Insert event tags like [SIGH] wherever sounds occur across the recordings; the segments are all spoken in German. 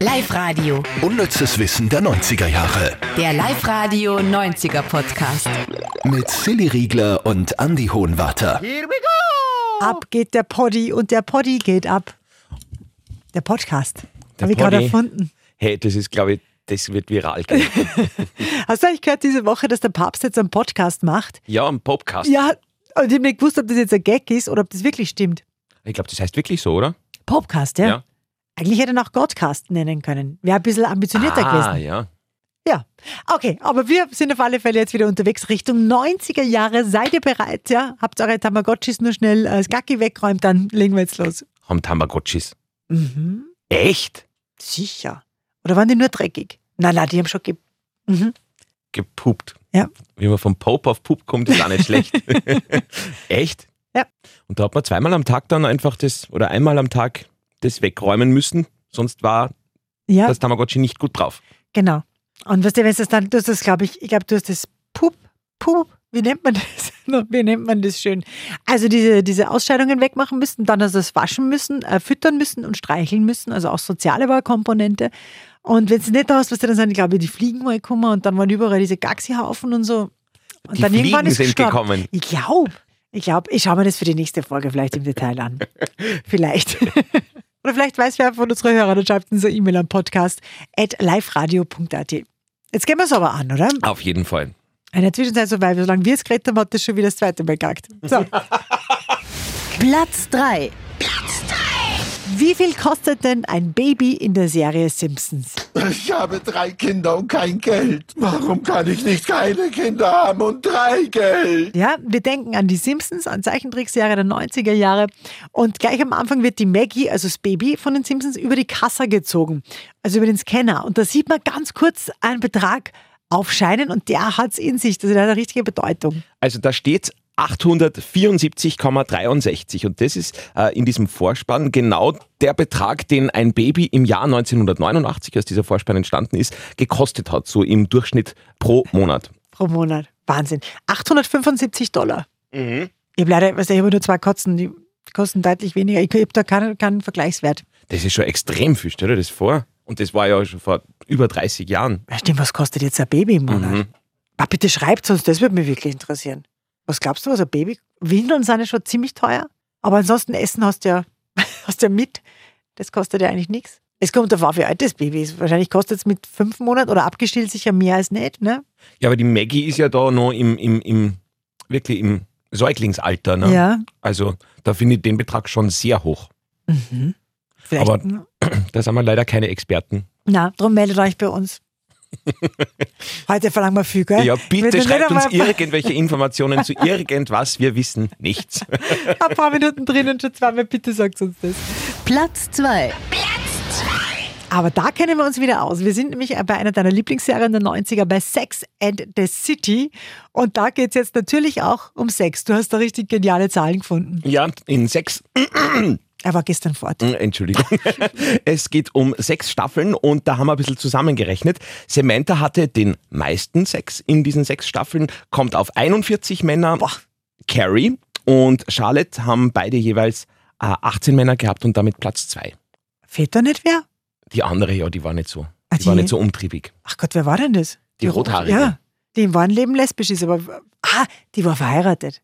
Live-Radio. Unnützes Wissen der 90er Jahre. Der Live-Radio 90er Podcast. Mit Silly Riegler und Andy Hohenwarter. Ab geht der Poddy und der Poddy geht ab. Der Podcast. Habe ich gerade Poddy. erfunden. Hey, das ist, glaube ich, das wird viral gehen. [LAUGHS] Hast du eigentlich gehört diese Woche, dass der Papst jetzt einen Podcast macht? ja, ein Podcast. Ja, und ich habe nicht gewusst, ob das jetzt ein Gag ist oder ob das wirklich stimmt. Ich glaube, das heißt wirklich so, oder? Popcast, ja? Ja. Eigentlich hätte er auch Godcast nennen können. Wäre ein bisschen ambitionierter ah, gewesen. ja. Ja. Okay, aber wir sind auf alle Fälle jetzt wieder unterwegs Richtung 90er Jahre. Seid ihr bereit? Ja, habt eure Tamagotchis nur schnell als Gacki wegräumt, dann legen wir jetzt los. Haben Tamagotchis. Mhm. Echt? Sicher. Oder waren die nur dreckig? Nein, nein, die haben schon ge mhm. Gepupt. Ja. Wie man vom Pope auf Pup kommt, ist auch nicht schlecht. [LAUGHS] Echt? Ja. Und da hat man zweimal am Tag dann einfach das, oder einmal am Tag das wegräumen müssen, sonst war Ja, das Tamagotchi nicht gut drauf. genau. Und weißt du, wenn du das dann, du hast das, glaube ich, ich glaube, du hast das Pup, Pup, wie nennt man das? [LAUGHS] Wie nennt man das schön? Also diese, diese Ausscheidungen wegmachen müssen, dann hast du es waschen müssen, äh, füttern müssen und streicheln müssen, also auch soziale war eine Komponente. Und wenn du es nicht da hast, was dann sind, glaube ich, die Fliegen mal gekommen und dann waren überall diese Gaxihaufen und so. Und Die dann irgendwann Fliegen ist sind gestorben. gekommen. Ich glaube, ich glaube, ich schaue mir das für die nächste Folge vielleicht im Detail [LAUGHS] an. Vielleicht. Oder vielleicht weiß wer von unseren Hörern und schreibt uns eine E-Mail am Podcast at liveradio.at. Jetzt gehen wir es aber an, oder? Auf jeden Fall. In der Zwischenzeit, so weil, solange wir es geredet haben, hat das schon wieder das zweite Mal gehackt. So. Platz 3. Wie viel kostet denn ein Baby in der Serie Simpsons? Ich habe drei Kinder und kein Geld. Warum kann ich nicht keine Kinder haben und drei Geld? Ja, wir denken an die Simpsons, an Zeichentrickserie der 90er Jahre. Und gleich am Anfang wird die Maggie, also das Baby von den Simpsons, über die Kassa gezogen, also über den Scanner. Und da sieht man ganz kurz einen Betrag aufscheinen und der hat es in sich. Das hat eine richtige Bedeutung. Also da steht 874,63 und das ist äh, in diesem Vorspann genau der Betrag, den ein Baby im Jahr 1989, als dieser Vorspann entstanden ist, gekostet hat, so im Durchschnitt pro Monat. pro Monat. Wahnsinn. 875 Dollar. Ich habe leider, weißt du, ich habe nur zwei Kotzen, die kosten deutlich weniger. Ich habe da keinen, keinen Vergleichswert. Das ist schon extrem viel, stell dir das vor. Und das war ja schon vor über 30 Jahren. Ja, stimmt, was kostet jetzt ein Baby im Mhm. Monat? Ah, bitte schreibt uns, das würde mich wirklich interessieren. Was glaubst du, was ein Baby? Windeln sind ja schon ziemlich teuer, aber ansonsten Essen hast du ja, [LAUGHS] hast du ja mit. Das kostet ja eigentlich nichts. Es kommt darauf an, wie alt das Baby ist. Wahrscheinlich kostet es mit fünf Monaten oder abgestillt sicher mehr als nicht, ne? Ja, aber die Maggie ist ja da noch im, im, im wirklich im Säuglingsalter. Ne? Also da finde ich den Betrag schon sehr hoch. Vielleicht. Aber- Da sind wir leider keine Experten. Na, drum meldet euch bei [LAUGHS] uns. Heute verlangen wir viel, gell? Ja, Wenn du bitte nicht schreibt uns einmal irgendwelche Informationen zu irgendwas. Wir wissen nichts. Ein paar Minuten drin und schon zweimal, bitte sagt uns das. Platz 2. Aber da kennen wir uns wieder aus. Wir sind nämlich bei einer deiner Lieblingsserien der 90er, bei Sex and the City. Und da geht es jetzt natürlich auch um Sex. Du hast da richtig geniale Zahlen gefunden. Ja, in sechs, äh, Er war gestern fort. [LAUGHS] Entschuldigung. Es geht um sechs Staffeln und da haben wir ein bisschen zusammengerechnet. Samantha hatte den meisten Sex in diesen sechs Staffeln, kommt auf 41 Männer. Carrie und Charlotte haben beide jeweils äh, 18 Männer gehabt und damit Platz zwei. Fehlt da nicht wer? Die andere, ja, die war nicht so. Ah, Die, war die- nicht so umtriebig. Ach Gott, wer war denn das? Die Rothaarige. Ja, die im wahren Leben lesbisch ist, aber. Ah, die war verheiratet.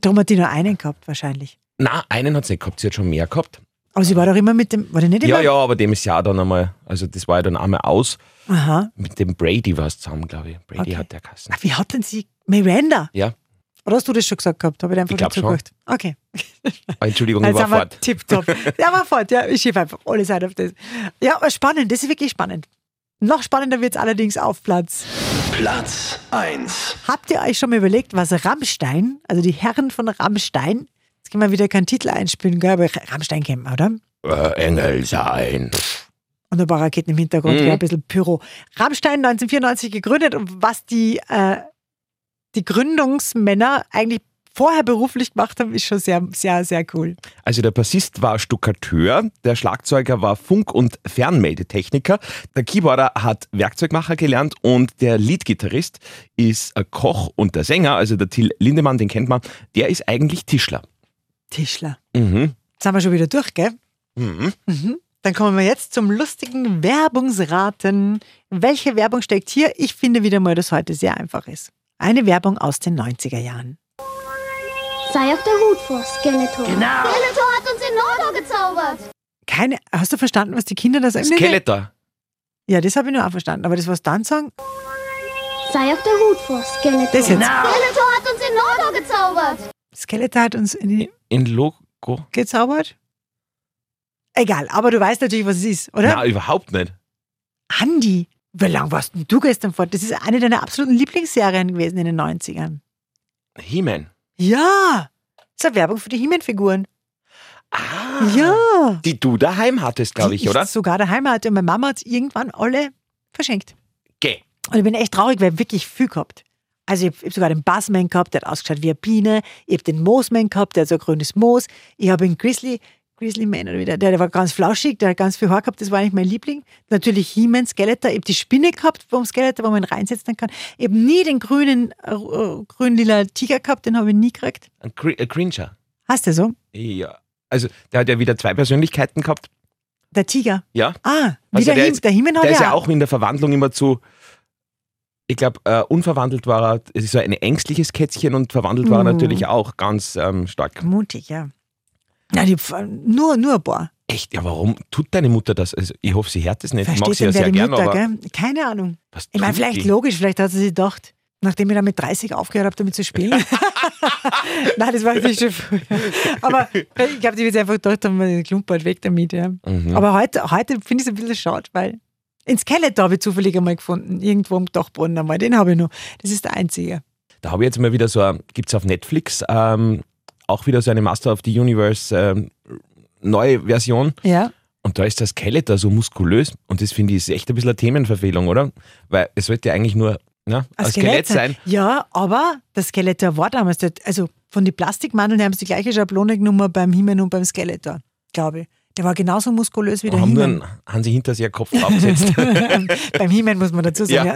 Darum hat die nur einen gehabt, wahrscheinlich. Na, einen hat es nicht gehabt, sie hat schon mehr gehabt. Aber sie war doch immer mit dem. War die nicht Ja, immer? ja, aber dem ist ja dann einmal, also das war ja dann einmal aus. Aha. Mit dem Brady war es zusammen, glaube ich. Brady Okay. hat der Kassen. Ah, Wie hat denn sie. Miranda? Ja, Oder hast du das schon gesagt gehabt? Habe ich einfach Ich glaub nicht zugehört. Okay. Ah, Entschuldigung, ich Jetzt war haben wir fort. [LAUGHS] tipptopp. Ja, war fort. Ja, ich schiebe einfach alles ein auf das. Ja, aber spannend. Das ist wirklich spannend. Noch spannender wird es allerdings auf Platz. Platz 1. Habt ihr euch schon mal überlegt, was Rammstein, also die Herren von Rammstein, jetzt können wir wieder keinen Titel einspielen, gell, aber Rammstein kennt man, oder? Äh, Engel sein. Und ein paar Raketen im Hintergrund, mhm. ein bisschen Pyro. Rammstein 1994 gegründet und was die, äh, die Gründungsmänner eigentlich vorher beruflich gemacht haben, ist schon sehr, sehr, sehr cool. Also der Bassist war Stuckateur, der Schlagzeuger war Funk- und Fernmeldetechniker, der Keyboarder hat Werkzeugmacher gelernt und der Leadgitarrist ist ein Koch und der Sänger, also der Till Lindemann, den kennt man, der ist eigentlich Tischler. Tischler. Mhm. Jetzt sind wir schon wieder durch, gell? Mhm. Dann kommen wir jetzt zum lustigen Werbungsraten. Welche Werbung steckt hier? Ich finde wieder mal, dass heute sehr einfach ist. Eine Werbung aus den 90er Jahren. Sei auf der Hut vor Skeletor. Genau. Skeletor hat uns den Mordor gezaubert. Keine, hast du verstanden, was die Kinder da sagen? Nee, nee. Skeletor. Ja, das habe ich nur auch verstanden. Aber das, was dann sagen, Sei auf der Hut vor Skeletor. das jetzt. Skeletor hat uns den Mordor gezaubert. Skeletor hat uns in die In Logo. gezaubert. Egal, aber du weißt natürlich, was es ist, oder? Na, überhaupt nicht. Andi, wie lang warst denn du gestern fort? Das ist eine deiner absoluten Lieblingsserien gewesen in den 90ern. He-Man. Ja, das ist eine Werbung für die He-Man-Figuren. Ah. Ja. Die du daheim hattest, glaube ich, Die oder? sogar daheim hatte und meine Mama hat irgendwann alle verschenkt. Geh. Und ich bin echt traurig, weil ich wirklich viel gehabt. Also ich habe sogar den Bassman gehabt, der hat ausgeschaut wie eine Biene. Ich habe den Moosman gehabt, der hat so ein grünes Moos. Ich habe den Grizzly, Grizzly Man oder wieder, der, der war ganz flauschig, der hat ganz viel Haar gehabt, das war eigentlich mein Liebling. Natürlich He-Man, Skeletor, ich habe die Spinne gehabt vom Skeletor, wo man ihn reinsetzen kann. Ich habe nie den grünen, äh, äh, grün-lila Tiger gehabt, den habe ich nie gekriegt. Ein Gr ein Cringer. Hast du so? Ja. Also, der hat ja wieder zwei Persönlichkeiten gehabt. Der Tiger. Ja. Ah, wie Also der, der He- ist- der He-Man hat der ist ja auch. auch in der Verwandlung immer zu, ich glaube, äh, unverwandelt war er, es ist so ein ängstliches Kätzchen und verwandelt war er Mhm. natürlich auch ganz ähm, stark. Mutig, ja. Ja, die, Pf- nur, nur ein paar. Echt? Ja, warum tut deine Mutter das? Also, ich hoffe, sie hört das nicht. Ich mag Versteht sie ja denn wer sehr die gern, Mutter, aber gell? Keine Ahnung. was Ich meine, tut vielleicht die? logisch, vielleicht hat sie sich gedacht, nachdem ich dann mit 30 aufgehört habe, damit zu [LAUGHS] spielen. [LAUGHS] Nein, das war natürlich schon früher. Aber ich glaube, die wird sich einfach gedacht haben, den Klumpert weg damit. Ja. Mhm. Aber heute, heute finde ich es ein bisschen schade, weil in Skeletor habe ich zufällig einmal gefunden, irgendwo im Dachboden einmal. Den habe ich noch. Das ist der einzige. Da habe ich jetzt mal wieder so, gibt es auf Netflix ähm, auch wieder so eine Master of the Universe ähm, neue Version. Ja. Und da ist das Skeletor so muskulös und das finde ich ist echt ein bisschen eine Themenverfehlung, oder? Weil es sollte ja eigentlich nur ne, ein Skelett sein. Ja, aber das Skeletor war damals, der, also von den Plastikmandeln her haben sie die gleiche Schablone genommen beim Himen und beim Skeletor, glaube ich. Der war genauso muskulös wie Und der haben nur Himen. einen Hansi Hinterseher [LAUGHS] Kopf draufgesetzt. beim Himen muss man dazu sagen.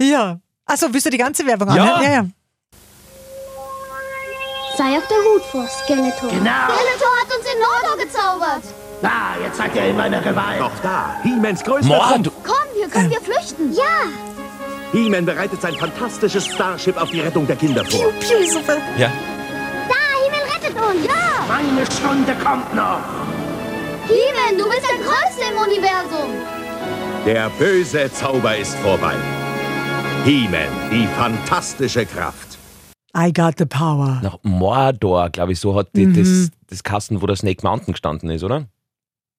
Ja. ja. [LAUGHS] Achso, willst du die ganze Werbung Ja. anhören? Ja, ja. Sei auf der Hut vor Skeletor. Genau. Skeletor hat uns den Mordor gezaubert. Da, jetzt hat er in meiner Gewalt. Doch da, He-Mans größter Mord! Komm, hier können wir flüchten. Ja. He-Man bereitet sein fantastisches Starship auf die Rettung der Kinder vor. Ja. Da, Himmel rettet uns. Ja. Meine Stunde kommt noch. Himmel, du bist der Größte im Universum. Der böse Zauber ist vorbei. He-Man, die fantastische Kraft. I got the power. Nach Mordor, glaube ich, so hat die, das, das Kasten, wo der Snake Mountain gestanden ist, oder?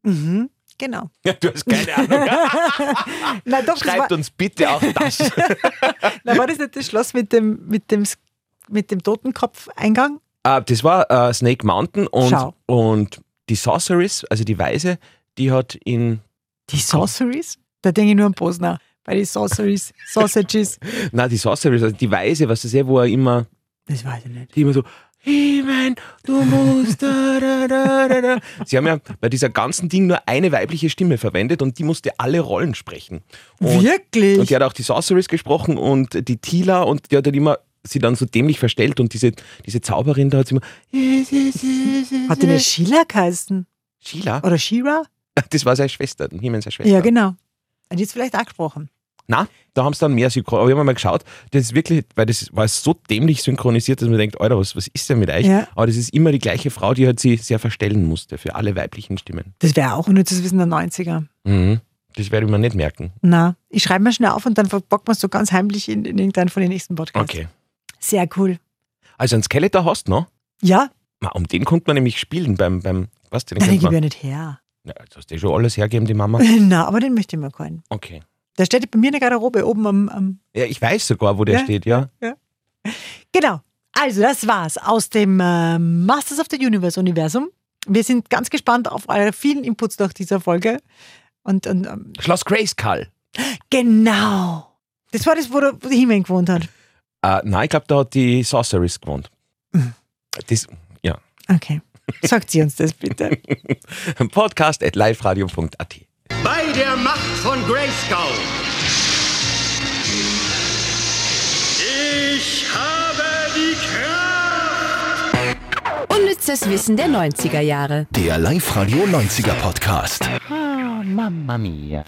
Mhm. Genau. Ja, du hast [LAUGHS] keine Ahnung. Na doch, das war, Schreibt uns bitte auch das. [LAUGHS] na, war das nicht das Schloss mit dem, mit dem, mit dem Totenkopf-Eingang? Ah, das war äh, Snake Mountain und, Schau. und die Sorceress, also die Weise, die hat in. Die Sorceries? Da denke ich nur an Posner. Bei den Sorceries, Sausages. Nein, die Sorceress, also die Weise, was weißt du sehr, wo er immer, Das weiß ich nicht. die immer so. He-Man, du musst. Da, da, da, da, da. Sie haben ja bei dieser ganzen Ding nur eine weibliche Stimme verwendet und die musste alle Rollen sprechen. Und, Wirklich? Und die hat auch die Sorceress gesprochen und die Tila und die hat dann immer sie dann so dämlich verstellt und diese, diese Zauberin da hat sie immer. Hat die nicht Sheila geheißen? Sheila? Oder Shira? Das war seine Schwester, den He-Man seine Schwester. Ja, genau. Hat die jetzt vielleicht auch gesprochen. Na, da haben sie dann mehr synchronisiert. Aber ich habe mal geschaut, das ist wirklich, weil das war so dämlich synchronisiert, dass man denkt, Alter, was, was ist denn mit euch? Ja. Aber das ist immer die gleiche Frau, die halt sie sehr verstellen musste für alle weiblichen Stimmen. Das wäre auch unnützes Wissen der 90er. Mhm. Das werde ich mir nicht merken. Na, ich schreibe mir schnell auf und dann verpackt man es so ganz heimlich in, in irgendeinen von den nächsten Podcasts. Okay. Sehr cool. Also ein Skeletor hast du noch? Ja, Ma, Um den konnte man nämlich spielen beim, beim was denn? den Den gebe man, ich nicht her. [LAUGHS] ja, das hast du eh schon alles hergeben, die [LAUGHS] Mama. Na, aber den möchte ich mir keinen. Okay. Der steht bei mir in der Garderobe oben am, am Ja, ich weiß sogar, wo der Ja. steht, ja. Genau. Also, das war's aus dem äh, Masters of the Universe Universum. Wir sind ganz gespannt auf eure vielen Inputs nach dieser Folge. Und, und ähm, Schloss Grayskull. genau. Das war das, wo der wo der He-Man gewohnt hat. Äh, nein, ich glaube, da hat die Sorceress gewohnt. Mhm. Das, ja. [LAUGHS] Okay. Sagt sie uns das bitte. Podcast at liveradio.at. Bei der Macht von Grayskull. Ich habe die Kraft. Unnützes Wissen der 90er Jahre. Der Live-Radio 90er Podcast. Mamma mia.